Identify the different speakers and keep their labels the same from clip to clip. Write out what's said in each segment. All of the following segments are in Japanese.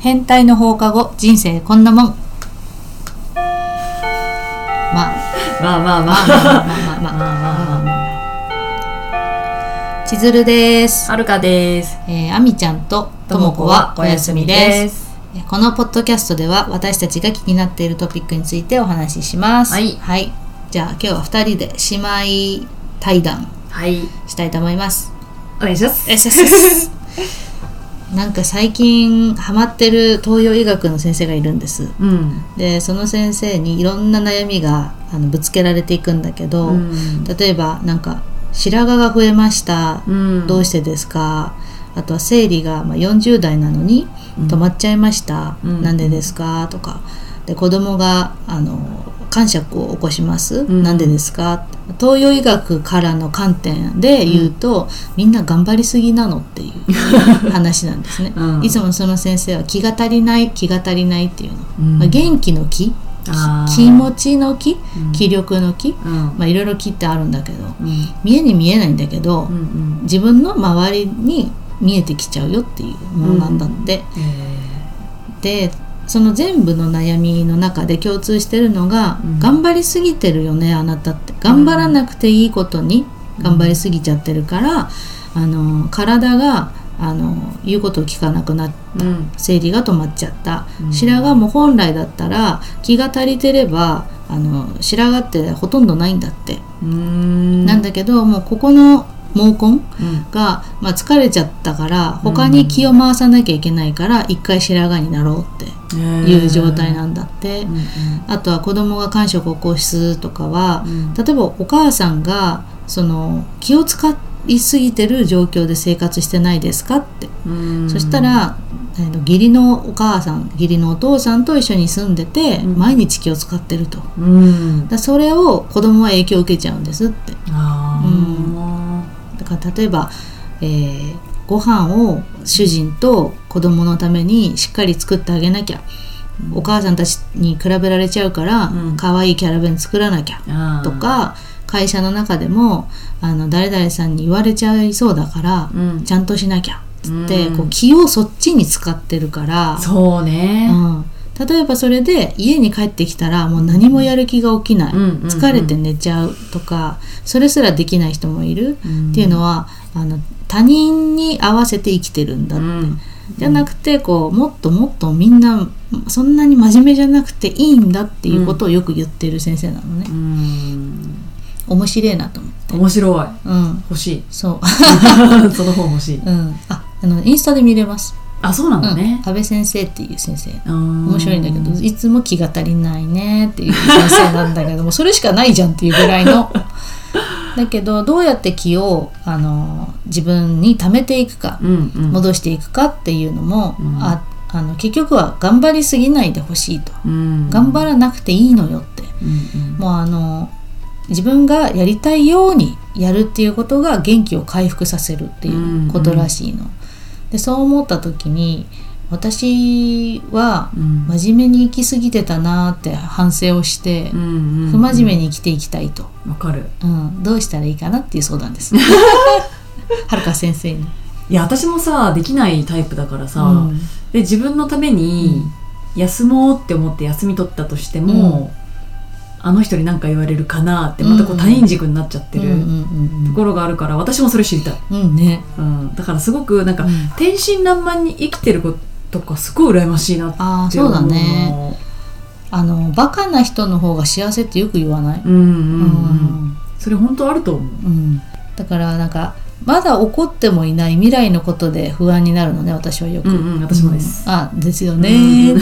Speaker 1: 変態の放課後人生こんなもんまあ
Speaker 2: まあまあ
Speaker 1: まあ
Speaker 2: まあ
Speaker 1: ま
Speaker 2: ま
Speaker 1: あまあま
Speaker 2: あ
Speaker 1: あまあまあ
Speaker 2: まあまあ
Speaker 1: 千鶴です
Speaker 2: はるかです
Speaker 1: えー、あみちゃんとともこはお休みですえーこのポッドキャストでは私たちが気になっているトピックについてお話しします
Speaker 2: はい
Speaker 1: じゃあ今日は二人で姉妹対談
Speaker 2: はい
Speaker 1: したいと思います
Speaker 2: お願いします
Speaker 1: よしよしよし なんか最近ハマってる東洋医学の先生がいるんです
Speaker 2: うん
Speaker 1: でその先生にいろんな悩みがあのぶつけられていくんだけど、
Speaker 2: うん
Speaker 1: 例えばなんか白髪が増えました、
Speaker 2: うん
Speaker 1: どうしてですかあとは生理がまあ40代なのに
Speaker 2: うん
Speaker 1: 止まっちゃいました、
Speaker 2: うん
Speaker 1: なんでですかとかで子供があの感触を起こします、
Speaker 2: ん
Speaker 1: なんでですか東洋医学からの観点で言うと、みんな頑張りすぎなのっていう話なんですね、
Speaker 2: うん
Speaker 1: いつもその先生は気が足りない気が足りないっていうの、
Speaker 2: うん
Speaker 1: まあ元気の気
Speaker 2: あー
Speaker 1: 気持ちの気、
Speaker 2: うん
Speaker 1: 気力の気、
Speaker 2: うん
Speaker 1: まあ、いろいろ気ってあるんだけど
Speaker 2: うん
Speaker 1: 見えに見えないんだけど、
Speaker 2: うんうん
Speaker 1: 自分の周りに見えてきちゃうよっていうものなんだって、
Speaker 2: え
Speaker 1: でその全部の悩みの中で共通してるのが、
Speaker 2: うん
Speaker 1: 頑張りすぎてるよねあなたって頑張らなくていいことに頑張りすぎちゃってるから、あの体があの言うことを聞かなくなって
Speaker 2: ーうん
Speaker 1: 生理が止まっちゃった、
Speaker 2: うん
Speaker 1: 白髪も本来だったら気が足りてればあの白髪ってほとんどないんだって、
Speaker 2: うーん
Speaker 1: なんだけどもうここの毛根
Speaker 2: うん
Speaker 1: が、まあ、疲れちゃったから他に気を回さなきゃいけないから一回白髪になろうっ
Speaker 2: え
Speaker 1: て
Speaker 2: ー
Speaker 1: いう状態なんだって、
Speaker 2: うん
Speaker 1: あとは子供が感触を起こすとかは
Speaker 2: う、ん
Speaker 1: 例えばお母さんがその気を使いすぎてる状況で生活してないですかって
Speaker 2: うん
Speaker 1: そしたら、えーと義理のお母さん義理のお父さんと一緒に住んでて、
Speaker 2: うん
Speaker 1: 毎日気を使ってるとだか
Speaker 2: うん
Speaker 1: らそれを子供は影響を受けちゃうんですって
Speaker 2: あ
Speaker 1: だから例えば、えーご飯を主人と子供のためにしっかり作ってあげなきゃお母さんたちに比べられちゃうから、
Speaker 2: うん
Speaker 1: 可愛いキャラ弁作らなきゃ
Speaker 2: ーあー
Speaker 1: とか会社の中でもあの誰々さんに言われちゃいそうだから、
Speaker 2: うん
Speaker 1: ちゃんとしなきゃっつって、
Speaker 2: うん
Speaker 1: こう気をそっちに使ってるから
Speaker 2: そうね
Speaker 1: うん、例えばそれで家に帰ってきたらもう何もやる気が起きない、
Speaker 2: うんうんうん
Speaker 1: 疲れて寝ちゃうとかそれすらできない人もいる、
Speaker 2: うん
Speaker 1: っていうのはあの他人に合わせて生きてるんだ、
Speaker 2: うん
Speaker 1: じゃなくてこうもっともっとみんなそんなに真面目じゃなくていいんだっていうことをよく言ってる先生なのね
Speaker 2: う、ん
Speaker 1: 面白いなと思って。
Speaker 2: 面白い
Speaker 1: うん
Speaker 2: 欲しい
Speaker 1: そう、
Speaker 2: その本欲しい
Speaker 1: うん、ああのインスタで見れます、
Speaker 2: あそうなん
Speaker 1: う
Speaker 2: だ
Speaker 1: ん、
Speaker 2: ね
Speaker 1: 安倍先生っていう先生面
Speaker 2: 面
Speaker 1: 白いんだけどいつも気が足りないねっていう先生なんだけど もそれしかないじゃんっていうぐらいの。だけどどうやって気をあの自分に貯めていくか
Speaker 2: うんうん
Speaker 1: 戻していくかっていうのも、
Speaker 2: うん
Speaker 1: ああの結局は頑張りすぎないでほしいと、
Speaker 2: うん
Speaker 1: 頑張らなくていいのよって
Speaker 2: うん
Speaker 1: もうあの自分がやりたいようにやるっていうことが元気を回復させるっていうことらしいの。でそう思った時に私は
Speaker 2: うん
Speaker 1: 真面目に生き過ぎてたなーって反省をして
Speaker 2: う、んうん
Speaker 1: 不真面目に生きていきたいと、
Speaker 2: わかる
Speaker 1: うん、どうしたらいいかなっていう相談 です。はるか先生に。
Speaker 2: いや私もさできないタイプだからさ、
Speaker 1: うん
Speaker 2: で自分のために休もうって思って休み取ったとしても、あの人に何か言われるかなってまたこ
Speaker 1: う
Speaker 2: うん他人軸になっちゃって
Speaker 1: うんう
Speaker 2: る
Speaker 1: ん
Speaker 2: ところがあるから私もそれ知りたい、
Speaker 1: うんうんね。
Speaker 2: うん、だからすごくなんか、
Speaker 1: うん
Speaker 2: 天真爛漫に生きてる子とかすごい羨ましいなって
Speaker 1: ああ
Speaker 2: 思
Speaker 1: そううだ
Speaker 2: の
Speaker 1: ね。あのバカな人の方が幸せってよく言わない。
Speaker 2: うんうんうん、それ本当あると思う
Speaker 1: うんうんだからなんかまだ怒ってもいない未来のことで不安になるのね私はよく。
Speaker 2: うんうん私もです
Speaker 1: うんあですよ
Speaker 2: うん
Speaker 1: ね。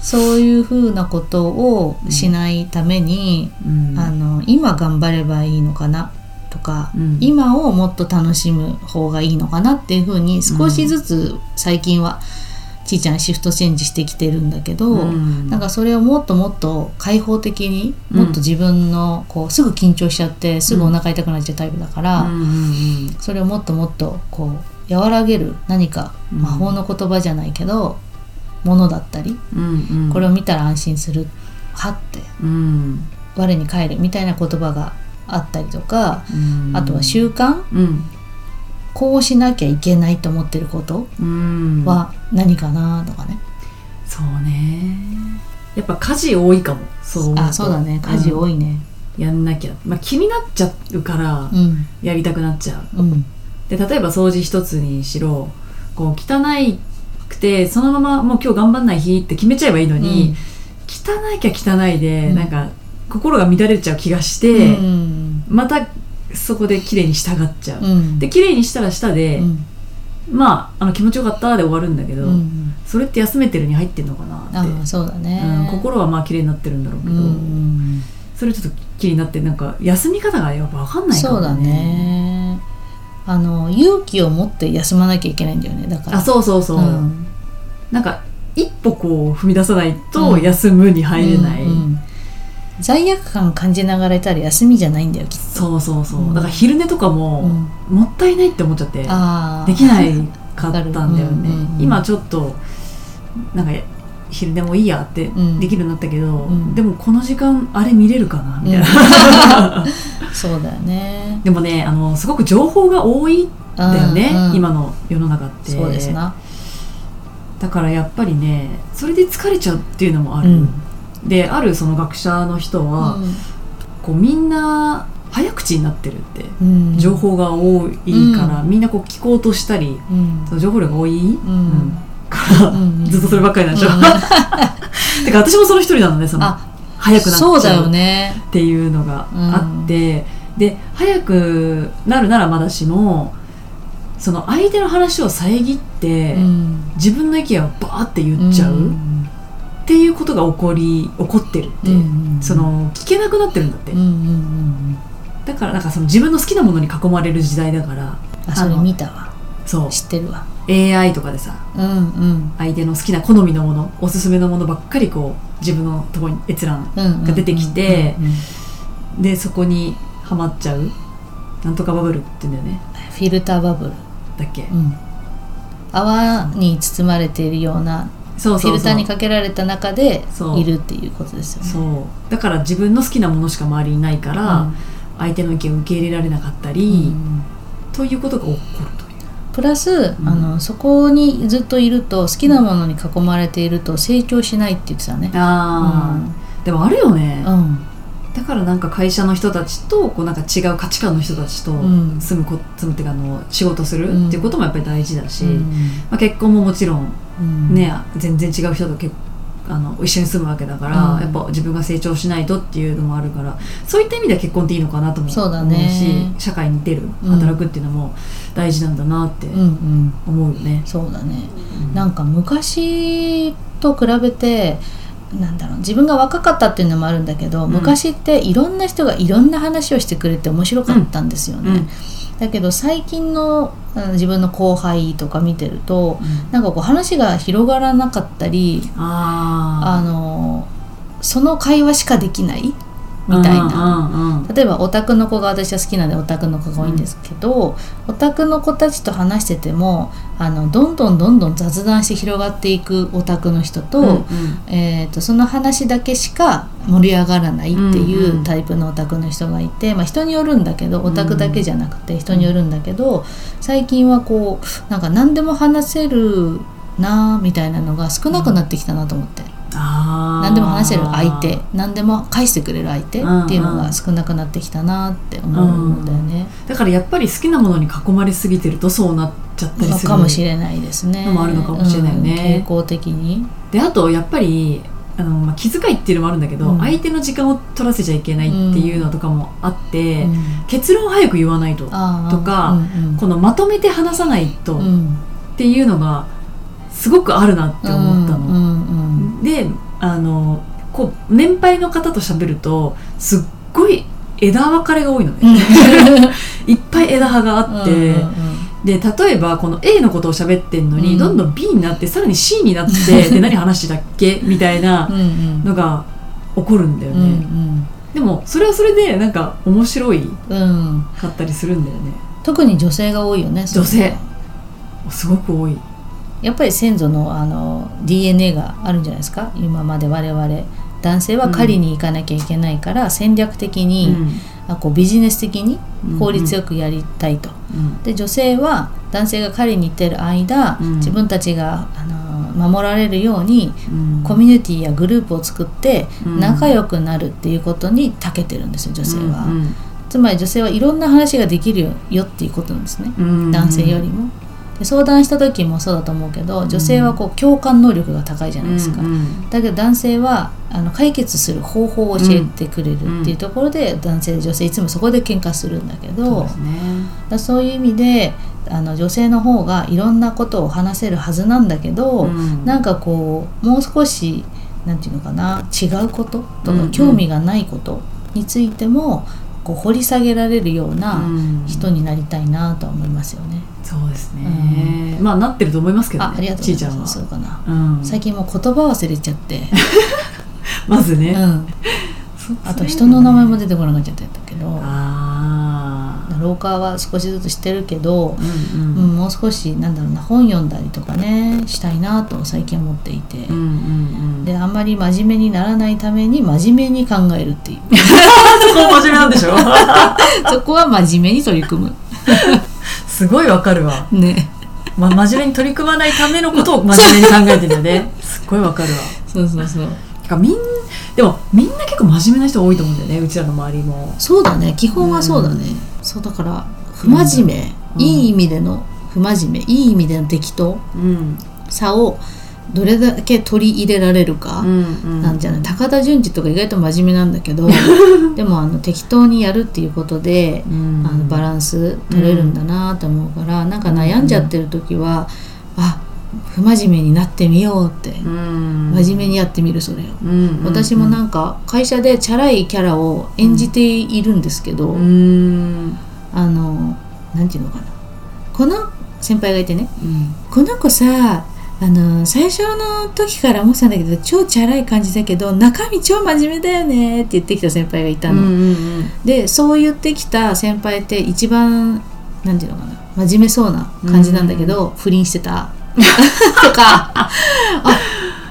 Speaker 1: そういうふうなことをしないために、
Speaker 2: うん
Speaker 1: あの今頑張ればいいのかなとか、
Speaker 2: うん
Speaker 1: 今をもっと楽しむ方がいいのかなっていうふうに少しずつ最近は、ちいちゃんシフトチェンジしてきてるんだけど、
Speaker 2: うん
Speaker 1: なんかそれをもっともっと開放的に、
Speaker 2: うん
Speaker 1: もっと自分のこうすぐ緊張しちゃってすぐお腹痛くなっちゃうタイプだから、
Speaker 2: うんうん
Speaker 1: それをもっともっとこう和らげる何か
Speaker 2: うん
Speaker 1: 魔法の言葉じゃないけど、ものだったり、
Speaker 2: うんうんうん
Speaker 1: これを見たら安心するはって
Speaker 2: うん
Speaker 1: 我に返るみたいな言葉があったりとか、
Speaker 2: うん
Speaker 1: あとは習慣
Speaker 2: うん
Speaker 1: こうしなきゃいけないと思ってること
Speaker 2: うん
Speaker 1: は何かなとかね、
Speaker 2: そうねやっぱ家事多いかもそう思うと
Speaker 1: あそうだね家事多いね
Speaker 2: うんやんなきゃ、まあ、気になっちゃうから
Speaker 1: うん
Speaker 2: やりたくなっちゃう
Speaker 1: うん
Speaker 2: で例えば掃除一つにしろこう汚いくてそのままもう今日頑張んない日って決めちゃえばいいのに、汚いきゃ汚いで、
Speaker 1: うん
Speaker 2: なんか心が乱れちゃう気がし
Speaker 1: う
Speaker 2: て、
Speaker 1: ん
Speaker 2: またそこで綺麗に従っちゃう、
Speaker 1: うん
Speaker 2: で綺麗にしたらしたで、
Speaker 1: うん
Speaker 2: まああの気持ちよかったで終わるんだけど、
Speaker 1: うん
Speaker 2: それって休めてるに入ってんのかなって
Speaker 1: ああそうだね、
Speaker 2: うん、心はまあ綺麗になってるんだろうけ
Speaker 1: う
Speaker 2: ど、
Speaker 1: ん
Speaker 2: それちょっと気になってなんか休み方がやっぱ分かんないか
Speaker 1: そう
Speaker 2: もね
Speaker 1: だねあの勇気を持って休まなきゃいけないんだよねだから
Speaker 2: あそうそうそう、
Speaker 1: うん
Speaker 2: なんか一歩こう踏み出さないと
Speaker 1: うん
Speaker 2: 休むに入れない、
Speaker 1: うんうん罪悪感感じながらいたら休みじゃないんだよきっ
Speaker 2: そうそうそう、
Speaker 1: うん
Speaker 2: だから昼寝とか
Speaker 1: と、
Speaker 2: も、もったいないって思っちゃって
Speaker 1: あー
Speaker 2: できないかったんだよね、
Speaker 1: うんうんうん
Speaker 2: 今ちょっとなんか昼寝もいいやって
Speaker 1: うん
Speaker 2: できるようになったけど、
Speaker 1: うん
Speaker 2: でもこの時間あれ見れるかなみたいな、
Speaker 1: そうだよね
Speaker 2: でもねあのすごく情報が多いん だよね、
Speaker 1: うんうん
Speaker 2: 今の世の中って
Speaker 1: そうですな、
Speaker 2: だからやっぱりねそれで疲れちゃうっていうのもあ
Speaker 1: う
Speaker 2: る、
Speaker 1: ん
Speaker 2: であるその学者の人は、こうみんな早口になってるって
Speaker 1: うん
Speaker 2: 情、報が多いから、みんなこう聞こうとしたり
Speaker 1: うん
Speaker 2: その情報量が多い、
Speaker 1: うん
Speaker 2: から、
Speaker 1: うん
Speaker 2: ずっとそればっかりなんでしょ、
Speaker 1: うん
Speaker 2: てか私もその一人なのでその
Speaker 1: あ
Speaker 2: 早くなっ
Speaker 1: そう
Speaker 2: ち
Speaker 1: だ
Speaker 2: ゃ
Speaker 1: よ
Speaker 2: う
Speaker 1: ね
Speaker 2: っていうのがあって、で早くなるならまだしもその相手の話を遮って、
Speaker 1: うん
Speaker 2: 自分の意見をバーって言っちゃ
Speaker 1: う
Speaker 2: う、
Speaker 1: ん
Speaker 2: っていうことが起こり起こってるって、
Speaker 1: うん
Speaker 2: その聞けなくなってるんだって、
Speaker 1: うんうんうん
Speaker 2: だからなんかその自分の好きなものに囲まれる時代だから
Speaker 1: あそれ見たわ
Speaker 2: そう
Speaker 1: 知ってるわ
Speaker 2: AI とかでさ
Speaker 1: うんうん
Speaker 2: 相手の好きな好みのものおすすめのものばっかりこう自分のとこに閲覧
Speaker 1: が
Speaker 2: が出てきてでそこにはまっちゃうなんとかバブルって言うんだよね
Speaker 1: フィルターバブル、
Speaker 2: だっけ、
Speaker 1: うん、泡に包まれているような
Speaker 2: そう
Speaker 1: フィ
Speaker 2: そう
Speaker 1: ル
Speaker 2: そ
Speaker 1: ター
Speaker 2: う
Speaker 1: にかけられた中で
Speaker 2: そう
Speaker 1: いるっていうことですよね。
Speaker 2: そうだから自分の好きなものしか周りにないから、相手の意見を受け入れられなかったり、
Speaker 1: うん
Speaker 2: ということが起こるという
Speaker 1: プラス、
Speaker 2: ん
Speaker 1: あのそこにずっといると好きなものに囲まれていると成長しないって言ってたね。
Speaker 2: あーでもあるよね、
Speaker 1: うん
Speaker 2: だからなんか会社の人たちとこうなんか違う価値観の人たちと
Speaker 1: ん
Speaker 2: 住むこ、住むっていうかあの仕事するっていうこともやっぱり大事だし、
Speaker 1: うん
Speaker 2: まあ、結婚ももちろん
Speaker 1: うん
Speaker 2: ね、全然違う人と結あの一緒に住むわけだから、
Speaker 1: うん
Speaker 2: やっぱ自分が成長しないとっていうのもあるからそういった意味では結婚っていいのかなとも
Speaker 1: そう
Speaker 2: 思
Speaker 1: だ
Speaker 2: うし
Speaker 1: ね
Speaker 2: 社会に出る
Speaker 1: うん
Speaker 2: 働くっていうのも大事なんだなって
Speaker 1: うんうん、
Speaker 2: 思うよね。
Speaker 1: そうだね。
Speaker 2: うん
Speaker 1: なんか昔と比べてなんだろう自分が若かったっていうのもあるんだけど、
Speaker 2: うん
Speaker 1: 昔っていろんな人がいろんな話をしてくれて面白かったんですよね。
Speaker 2: うん
Speaker 1: だけど最近のうん自分の後輩とか見てるとなんかこう話が広がらなかったりあ
Speaker 2: あ
Speaker 1: のその会話しかできない
Speaker 2: ー
Speaker 1: みたいな。
Speaker 2: うんうんうん
Speaker 1: 例えばオタクの子が私は好きなんでオタクの子が多いんですけど、オタクの子たちと話しててもあのどんどんどんどん雑談して広がっていくオタクの人と,、
Speaker 2: うんうん
Speaker 1: えー、とその話だけしか盛り上がらないってい
Speaker 2: んう
Speaker 1: うんうタイプのオタクの人がいて、まあ、人によるんだけどオタクだけじゃなくて人によるんだけど、最近はこうなんか何でも話せるなあみたいなのが少なくなってきたなと思って。
Speaker 2: あー
Speaker 1: 何でも話せる相手何でも返してくれる相手っていうの
Speaker 2: うんうん
Speaker 1: が少なくなってきたなって思うんだよね。
Speaker 2: だからやっぱり好きなものに囲まれすぎてるとそうなっちゃったり
Speaker 1: の
Speaker 2: する
Speaker 1: かもしれないですね。
Speaker 2: のもあるのかもしれないよね
Speaker 1: うん傾向的に。
Speaker 2: であとやっぱりあの、まあ、気遣いっていうのもあるんだけど、
Speaker 1: うん
Speaker 2: 相手の時間を取らせちゃいけないっていうのとかもあって、
Speaker 1: うん
Speaker 2: 結論を早く言わないと
Speaker 1: あー
Speaker 2: とか
Speaker 1: うんうん
Speaker 2: このまとめて話さないと
Speaker 1: うん
Speaker 2: っていうのがすごくあるなって思ったの。
Speaker 1: うんうん
Speaker 2: であのこう年配の方と喋るとすっごい枝分かれが多いのね、 いっぱい枝葉があって、
Speaker 1: うんうん
Speaker 2: で例えばこの A のことを喋ってんのに、
Speaker 1: うん
Speaker 2: どんどん B になってさらに C になっ てで何話してたっけみたいな
Speaker 1: うんうん
Speaker 2: のが起こるんだよ
Speaker 1: う
Speaker 2: ね、
Speaker 1: ん
Speaker 2: でもそれはそれでなんか面白い
Speaker 1: うんうん
Speaker 2: かったりするんだよね
Speaker 1: 特に女性が多いよね。そういうの
Speaker 2: 女性すごく多い
Speaker 1: やっぱり先祖のあの DNA があるんじゃないですか今まで我々男性は狩りに行かなきゃいけないから、戦略的に、
Speaker 2: うん
Speaker 1: あこうビジネス的に
Speaker 2: うん
Speaker 1: 効率よくやりたいと。
Speaker 2: うん
Speaker 1: で女性は男性が狩りに行ってる間、
Speaker 2: うん
Speaker 1: 自分たちがあのー守られるように
Speaker 2: うん
Speaker 1: コミュニティやグループを作って
Speaker 2: うん
Speaker 1: 仲良くなるっていうことに長けてるんですよ女性は、
Speaker 2: うん
Speaker 1: つまり女性はいろんな話ができるよよっていうことなんですね、
Speaker 2: うん
Speaker 1: 男性よりもで相談した時もそうだと思うけど女性はこう共感能力が高いじゃないですか、
Speaker 2: うんうん
Speaker 1: だけど男性はあの解決する方法を教えてくれるっていうところで、男性女性いつもそこで喧嘩するんだけ
Speaker 2: そう
Speaker 1: ど
Speaker 2: ですね
Speaker 1: だからそういう意味であの女性の方がいろんなことを話せるはずなんだけど、
Speaker 2: うん
Speaker 1: なんかこうもう少しなんていうのかな違うことと
Speaker 2: うんう
Speaker 1: か
Speaker 2: ん
Speaker 1: 興味がないことについてもこう掘り下げられるような
Speaker 2: うん
Speaker 1: 人になりたいなとは思いますよね。
Speaker 2: そうですねまあなってると思いますけどね
Speaker 1: あありがとう
Speaker 2: ち
Speaker 1: ご
Speaker 2: いち
Speaker 1: ざ
Speaker 2: ゃ
Speaker 1: い
Speaker 2: ん
Speaker 1: ま
Speaker 2: は
Speaker 1: す。そうかな。
Speaker 2: うん
Speaker 1: 最近もう言葉忘れちゃって、
Speaker 2: まず
Speaker 1: う
Speaker 2: ね
Speaker 1: ん、
Speaker 2: そ
Speaker 1: あと人の名前も出
Speaker 2: て
Speaker 1: てこなくなっちゃったんだけど
Speaker 2: ああ
Speaker 1: 廊下は少しずつしてるけど、
Speaker 2: う
Speaker 1: うん
Speaker 2: うん
Speaker 1: ん、もう少しなんだろうな本読んだりとかねしたいなと最近思っていて、
Speaker 2: うんうんうん
Speaker 1: であんまり真面目にならないために真面目に考えるっていう
Speaker 2: そこ真面目なんでしょ
Speaker 1: そこは真面目に取り組む
Speaker 2: すごいわかるわ
Speaker 1: ね
Speaker 2: ま真面目に取り組まないためのことを真面目に考えてるよねすっごいわかるわ
Speaker 1: そうそうそう
Speaker 2: てかみんでもみんな結構真面目な人多いと思うんだよねうちらの周りも
Speaker 1: そうだね基本はそうだね、そうだから不真面目、
Speaker 2: うん
Speaker 1: いい意味での不真面目いい意味での適当
Speaker 2: うん
Speaker 1: さをどれだけ取り入れられるか、
Speaker 2: うん
Speaker 1: なんじゃない高田純次とか意外と真面目なんだけ どでもあの適当にやるっていうことで
Speaker 2: う、ん
Speaker 1: あのバランス取れるんだなと思うから、なんか悩んじゃってる時は、あ不真面目になってみようって、
Speaker 2: うん
Speaker 1: 真面目にやってみるそれを。
Speaker 2: うん
Speaker 1: 私もな
Speaker 2: か
Speaker 1: んか会社でチャラいキャラを演じているんですけど、
Speaker 2: うん
Speaker 1: あのなんていうのかなこの先輩がいてね
Speaker 2: うん
Speaker 1: この子さあの最初の時から思ってたんだけど超チャラい感じだけど中身超真面目だよねって言ってきた先輩がいた
Speaker 2: うん
Speaker 1: の、
Speaker 2: うん
Speaker 1: でそう言ってきた先輩って一番なんていうのかな真面目そうな感じなんだけど、不倫してたとかあ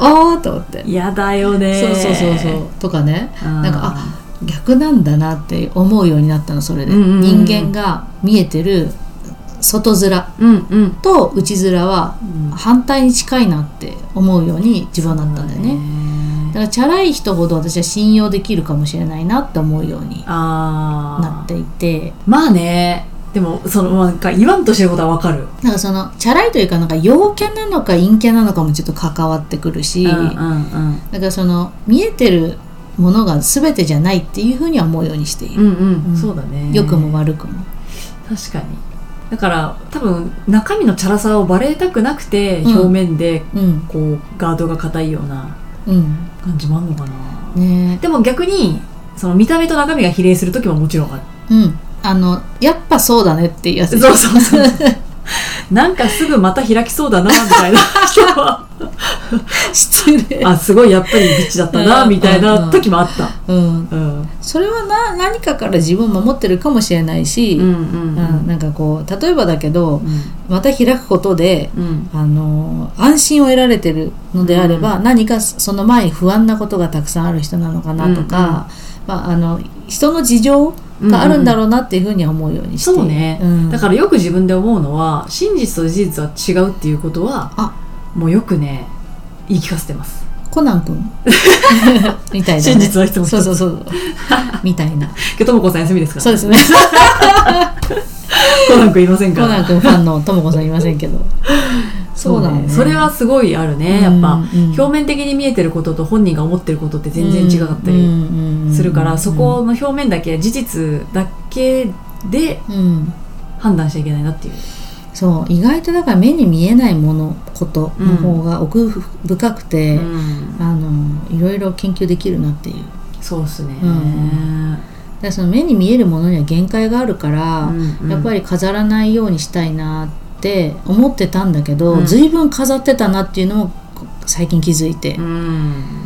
Speaker 1: おーっと思って
Speaker 2: うん、やだよね
Speaker 1: そうそうそうそうとかね
Speaker 2: な
Speaker 1: なんかあ逆なんだなって思うようになったのそれで、
Speaker 2: うんうんうん
Speaker 1: 人間が見えてる外面と内
Speaker 2: うんうん
Speaker 1: 面は
Speaker 2: うん
Speaker 1: 反対に近いなって思うように自分はなったんだよねだからチャラい人ほど私は信用できるかもしれないなって思うように
Speaker 2: ああ
Speaker 1: なっていて
Speaker 2: まあねでもそのまあなんか言わんとしてることはわかる
Speaker 1: なんかそのチャラいというかなんか陽キャなのか陰キャなのかもちょっと関わってくるし、
Speaker 2: うんうん
Speaker 1: だからその見えてるものが全てじゃないっていうふうには思うようにしている、
Speaker 2: うんうん、
Speaker 1: うん
Speaker 2: そうだね
Speaker 1: 良くも悪くも
Speaker 2: 確かにだから多分中身のチャラさをバレたくなくて、
Speaker 1: うん
Speaker 2: 表面で
Speaker 1: うん
Speaker 2: こうガードが硬いような
Speaker 1: うん
Speaker 2: 感じもあんのかな
Speaker 1: ね
Speaker 2: でも逆にその見た目と中身が比例する時ももちろんある
Speaker 1: うんあのやっぱそうだねっていうやつ
Speaker 2: そうそうそうなんかすぐまた開きそうだなみたいな人は
Speaker 1: 失礼
Speaker 2: あすごいやっぱりビッチだった
Speaker 1: う
Speaker 2: なんみたいな時もあった
Speaker 1: うん
Speaker 2: うんうん
Speaker 1: それはな何かから自分を守ってるかもしれないし、
Speaker 2: うん
Speaker 1: うんなんかこう例えばだけど
Speaker 2: う
Speaker 1: また開くことで
Speaker 2: ん
Speaker 1: あの安心を得られてるのであれば、
Speaker 2: う
Speaker 1: 何かその前に不安なことがたくさんある人なのかなとか、まあ、あの人の事情があるんだろうなっていうふうには思うようにして、
Speaker 2: そうね、
Speaker 1: ん
Speaker 2: だからよく自分で思うのは真実と事実は違うっていうことは
Speaker 1: あ
Speaker 2: もうよくね言い聞かせ てます
Speaker 1: コナン君 みたいな、ね、
Speaker 2: 真実はいつも一つ
Speaker 1: そうそうそう みたいな
Speaker 2: 今日ともこさん休みですから
Speaker 1: そうですね
Speaker 2: コナン君いません
Speaker 1: コ
Speaker 2: から
Speaker 1: ナン君ファンのともこさんいませんけどそうだね
Speaker 2: それはすごいあるねやっぱ、
Speaker 1: うんうん
Speaker 2: 表面的に見えてることと本人が思ってることって全然違かったり
Speaker 1: り
Speaker 2: するから、そこの表面だけ事実だけで
Speaker 1: うん
Speaker 2: 判断しちゃいけないなっていう
Speaker 1: そう意外とだから目に見えないものことの方が奥深くて、あのいろいろ研究できるなっていう
Speaker 2: そうっすね、
Speaker 1: うんでその目に見えるものには限界があるから、やっぱ
Speaker 2: り
Speaker 1: り飾らないようにしたいなって思ってたんだけど、
Speaker 2: うん
Speaker 1: 随分飾ってたなっていうのもこ最近気づいて、
Speaker 2: うん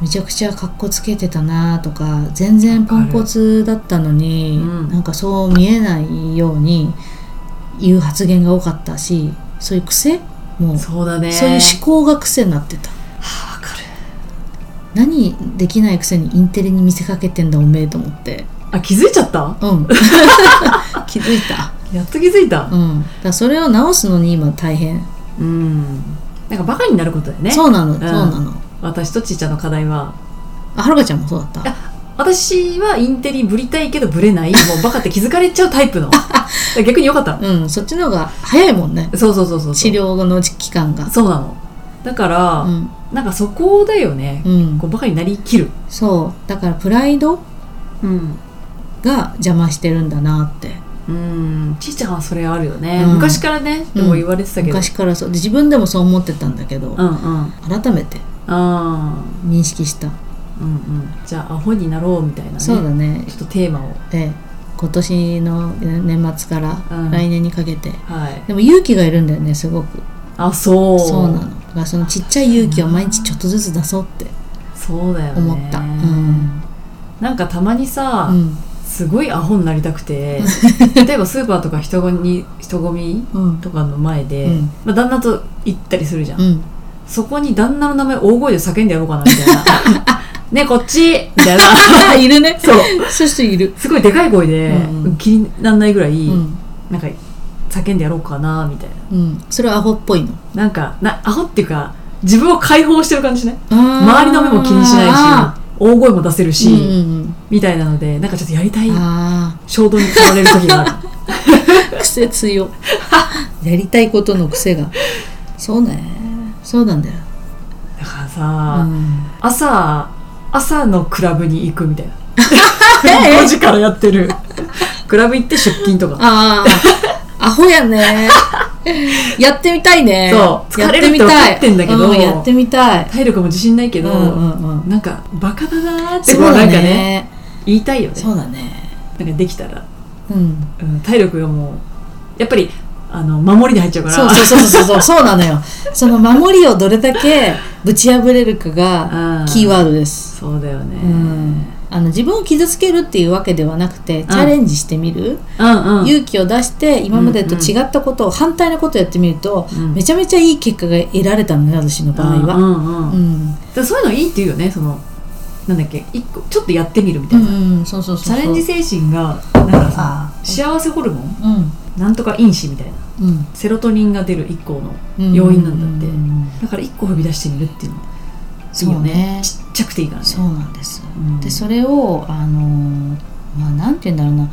Speaker 1: めちゃくちゃ格好つけてたなとか全然ポンコツだったのに、
Speaker 2: うん
Speaker 1: なんかそう見えないように言う発言が多かったしそういう癖もう
Speaker 2: そうだね
Speaker 1: そういう思考が癖になってた
Speaker 2: はあわかる
Speaker 1: 何できないくせにインテリに見せかけてんだおめえと思って
Speaker 2: あ気づいちゃった
Speaker 1: うん気づいた、
Speaker 2: やっと気づいた
Speaker 1: うん、だからそれを直すのに今大変、
Speaker 2: うんなんかバカになることだよね
Speaker 1: そうなの、そ
Speaker 2: ん
Speaker 1: うなの
Speaker 2: 私とちいちゃんの課題は
Speaker 1: あはるかちゃんもそうだった
Speaker 2: 私はインテリぶりたいけどぶ れないもうバカって気づかれちゃうタイプのだから逆によかった
Speaker 1: うんそっちの方が早いもんね
Speaker 2: そうそうそうそう
Speaker 1: 治療の期間が
Speaker 2: そうなのだから、
Speaker 1: うん、
Speaker 2: なんかそこだよね、
Speaker 1: うん
Speaker 2: こ、うバカになりきる、
Speaker 1: そうだからプライド
Speaker 2: うん、
Speaker 1: が邪魔してるんだなって
Speaker 2: ちいちゃんはそれあるよね、
Speaker 1: うん
Speaker 2: 昔からねでも言われてたけど、
Speaker 1: 昔からそうで自分でもそう思ってたんだけど、
Speaker 2: うんうん
Speaker 1: 改めて
Speaker 2: あ
Speaker 1: 認識した、
Speaker 2: ーうんうんじゃあアホになろうみたいなね
Speaker 1: そうだね
Speaker 2: ちょっとテーマを
Speaker 1: ええ今年のね年末から
Speaker 2: うん
Speaker 1: 来年にかけて、
Speaker 2: はい
Speaker 1: でも勇気がいるんだよねすごく
Speaker 2: あそう
Speaker 1: そうなのだからそのちっちゃい勇気を毎日ちょっとずつ出そうって
Speaker 2: そうだよね
Speaker 1: 思ったうん
Speaker 2: なんかたまにさ、
Speaker 1: うん
Speaker 2: すごいアホになりたくて例えばスーパーとか人混み人混み
Speaker 1: うん
Speaker 2: とかの前で、
Speaker 1: うん
Speaker 2: まあ、旦那と行ったりするじゃん、
Speaker 1: うん
Speaker 2: そこに旦那の名前大声で叫んでやろうかなみたいな ねこっちみた いな
Speaker 1: いるね
Speaker 2: そう
Speaker 1: そういう人いる
Speaker 2: すごいでかい声で、
Speaker 1: うんうん
Speaker 2: 気にならないぐらい、
Speaker 1: うん、
Speaker 2: なんか叫んでやろうかなみたいな
Speaker 1: うん、それはアホっぽいの
Speaker 2: なんかなアホっていうか自分を解放してる感じね周
Speaker 1: 周
Speaker 2: りの目も気にしない
Speaker 1: あ
Speaker 2: し大声も出せる
Speaker 1: ー
Speaker 2: し、
Speaker 1: うんうん
Speaker 2: みたいなのでなんかちょっとやりたい
Speaker 1: うん、あ
Speaker 2: 衝動に駆られる時 がある
Speaker 1: ー癖強 やりたいことの癖がそうねそうなんだよ、
Speaker 2: だから
Speaker 1: う
Speaker 2: さ、
Speaker 1: ん、
Speaker 2: 朝朝のクラブに行くみたいな
Speaker 1: え
Speaker 2: 5時からやってるクラブ行って出勤とか
Speaker 1: ああアホや ねやってみたいね
Speaker 2: そう
Speaker 1: や
Speaker 2: 疲れる
Speaker 1: み
Speaker 2: って分
Speaker 1: たい
Speaker 2: かってんだけど
Speaker 1: うんやってみたい
Speaker 2: 体力も自信ないけど、
Speaker 1: うんうん
Speaker 2: なんかバカだなーって
Speaker 1: そう
Speaker 2: こう
Speaker 1: だ
Speaker 2: なんかね
Speaker 1: ね
Speaker 2: 言いたいよね
Speaker 1: そうだね
Speaker 2: なんかできたら、
Speaker 1: うん
Speaker 2: うん、体力がもうやっぱりあの守りに入っちゃうから
Speaker 1: そうそうそうそうそうそうなのよその守りをどれだけぶち破れるか
Speaker 2: う
Speaker 1: が
Speaker 2: ん
Speaker 1: キーワードです
Speaker 2: そうだよね、
Speaker 1: うんあの自分を傷つけるっていうわけではなくてチャレンジしてみる、
Speaker 2: うんうん
Speaker 1: 勇気を出して今までと違ったことを、反対のことをやってみると、
Speaker 2: うん
Speaker 1: めちゃめちゃいい結果が得られたのね私の場合
Speaker 2: う
Speaker 1: は。
Speaker 2: んう
Speaker 1: う
Speaker 2: んうん
Speaker 1: ん
Speaker 2: でそういうのいいっていうよねそのなんだっけ一個ちょっとやってみるみ
Speaker 1: う
Speaker 2: たいな、
Speaker 1: んうん、そうそう
Speaker 2: チ
Speaker 1: そうそう
Speaker 2: ャレンジ精神がなんかさ
Speaker 1: あー
Speaker 2: 幸せホルモン
Speaker 1: うん
Speaker 2: なんとか因子みたいな
Speaker 1: うん
Speaker 2: セロトニンが出る一個の
Speaker 1: うん
Speaker 2: 要因なんだって、
Speaker 1: ううん
Speaker 2: だから一個飛び出してみるっていうのいい
Speaker 1: そ
Speaker 2: よ
Speaker 1: う
Speaker 2: ね
Speaker 1: ね
Speaker 2: ちっちゃくていいからね
Speaker 1: そうなんです、
Speaker 2: うん
Speaker 1: でそれをあのーまあなんて言うんだろうな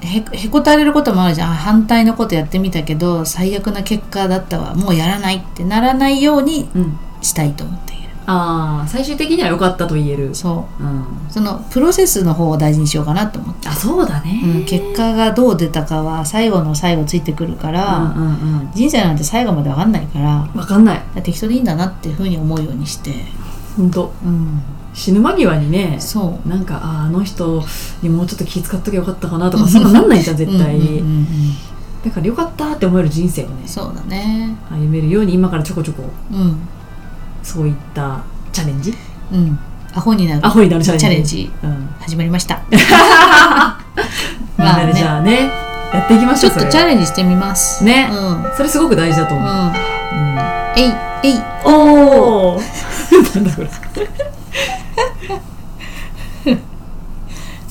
Speaker 1: へへこたれることもあるじゃんあ反対のことやってみたけど最悪な結果だったわもうやらないってならないように
Speaker 2: うん、
Speaker 1: したいと思っている
Speaker 2: ああ最終的には良かったと言える、
Speaker 1: そう
Speaker 2: うん、
Speaker 1: そのプロセスの方を大事にしようかなと思って、
Speaker 2: あそうだね、
Speaker 1: うん、結果がどう出たかは最後の最後ついてくるから、
Speaker 2: うんうんうん
Speaker 1: 人生なんて最後まで分かんないから
Speaker 2: 分かんない
Speaker 1: 適当でいいんだなっていうふうに思うようにして、
Speaker 2: 本当
Speaker 1: うん、
Speaker 2: 死ぬ間際にね
Speaker 1: そう
Speaker 2: なんかあーあの人にもうちょっと気遣っときゃよかったかなとかそんななんないじゃん絶対
Speaker 1: うんうんうん
Speaker 2: だからよかったって思える人生をね
Speaker 1: うんそうだね
Speaker 2: 歩めるように今からちょこちょこ
Speaker 1: うん
Speaker 2: そういったチャレンジ
Speaker 1: うんアホになる
Speaker 2: アホになるチャレンジ
Speaker 1: チャレンジ
Speaker 2: うん、みん
Speaker 1: 始まりました ま
Speaker 2: な
Speaker 1: あ
Speaker 2: でじ
Speaker 1: ね
Speaker 2: ゃあねやっていきまし
Speaker 1: ち
Speaker 2: ょ
Speaker 1: ょ
Speaker 2: う
Speaker 1: っとチャ
Speaker 2: ン
Speaker 1: レンジしてみます
Speaker 2: ね
Speaker 1: うんうん
Speaker 2: それすごく大事だと思う、うん
Speaker 1: えいえい
Speaker 2: おおなんだこれ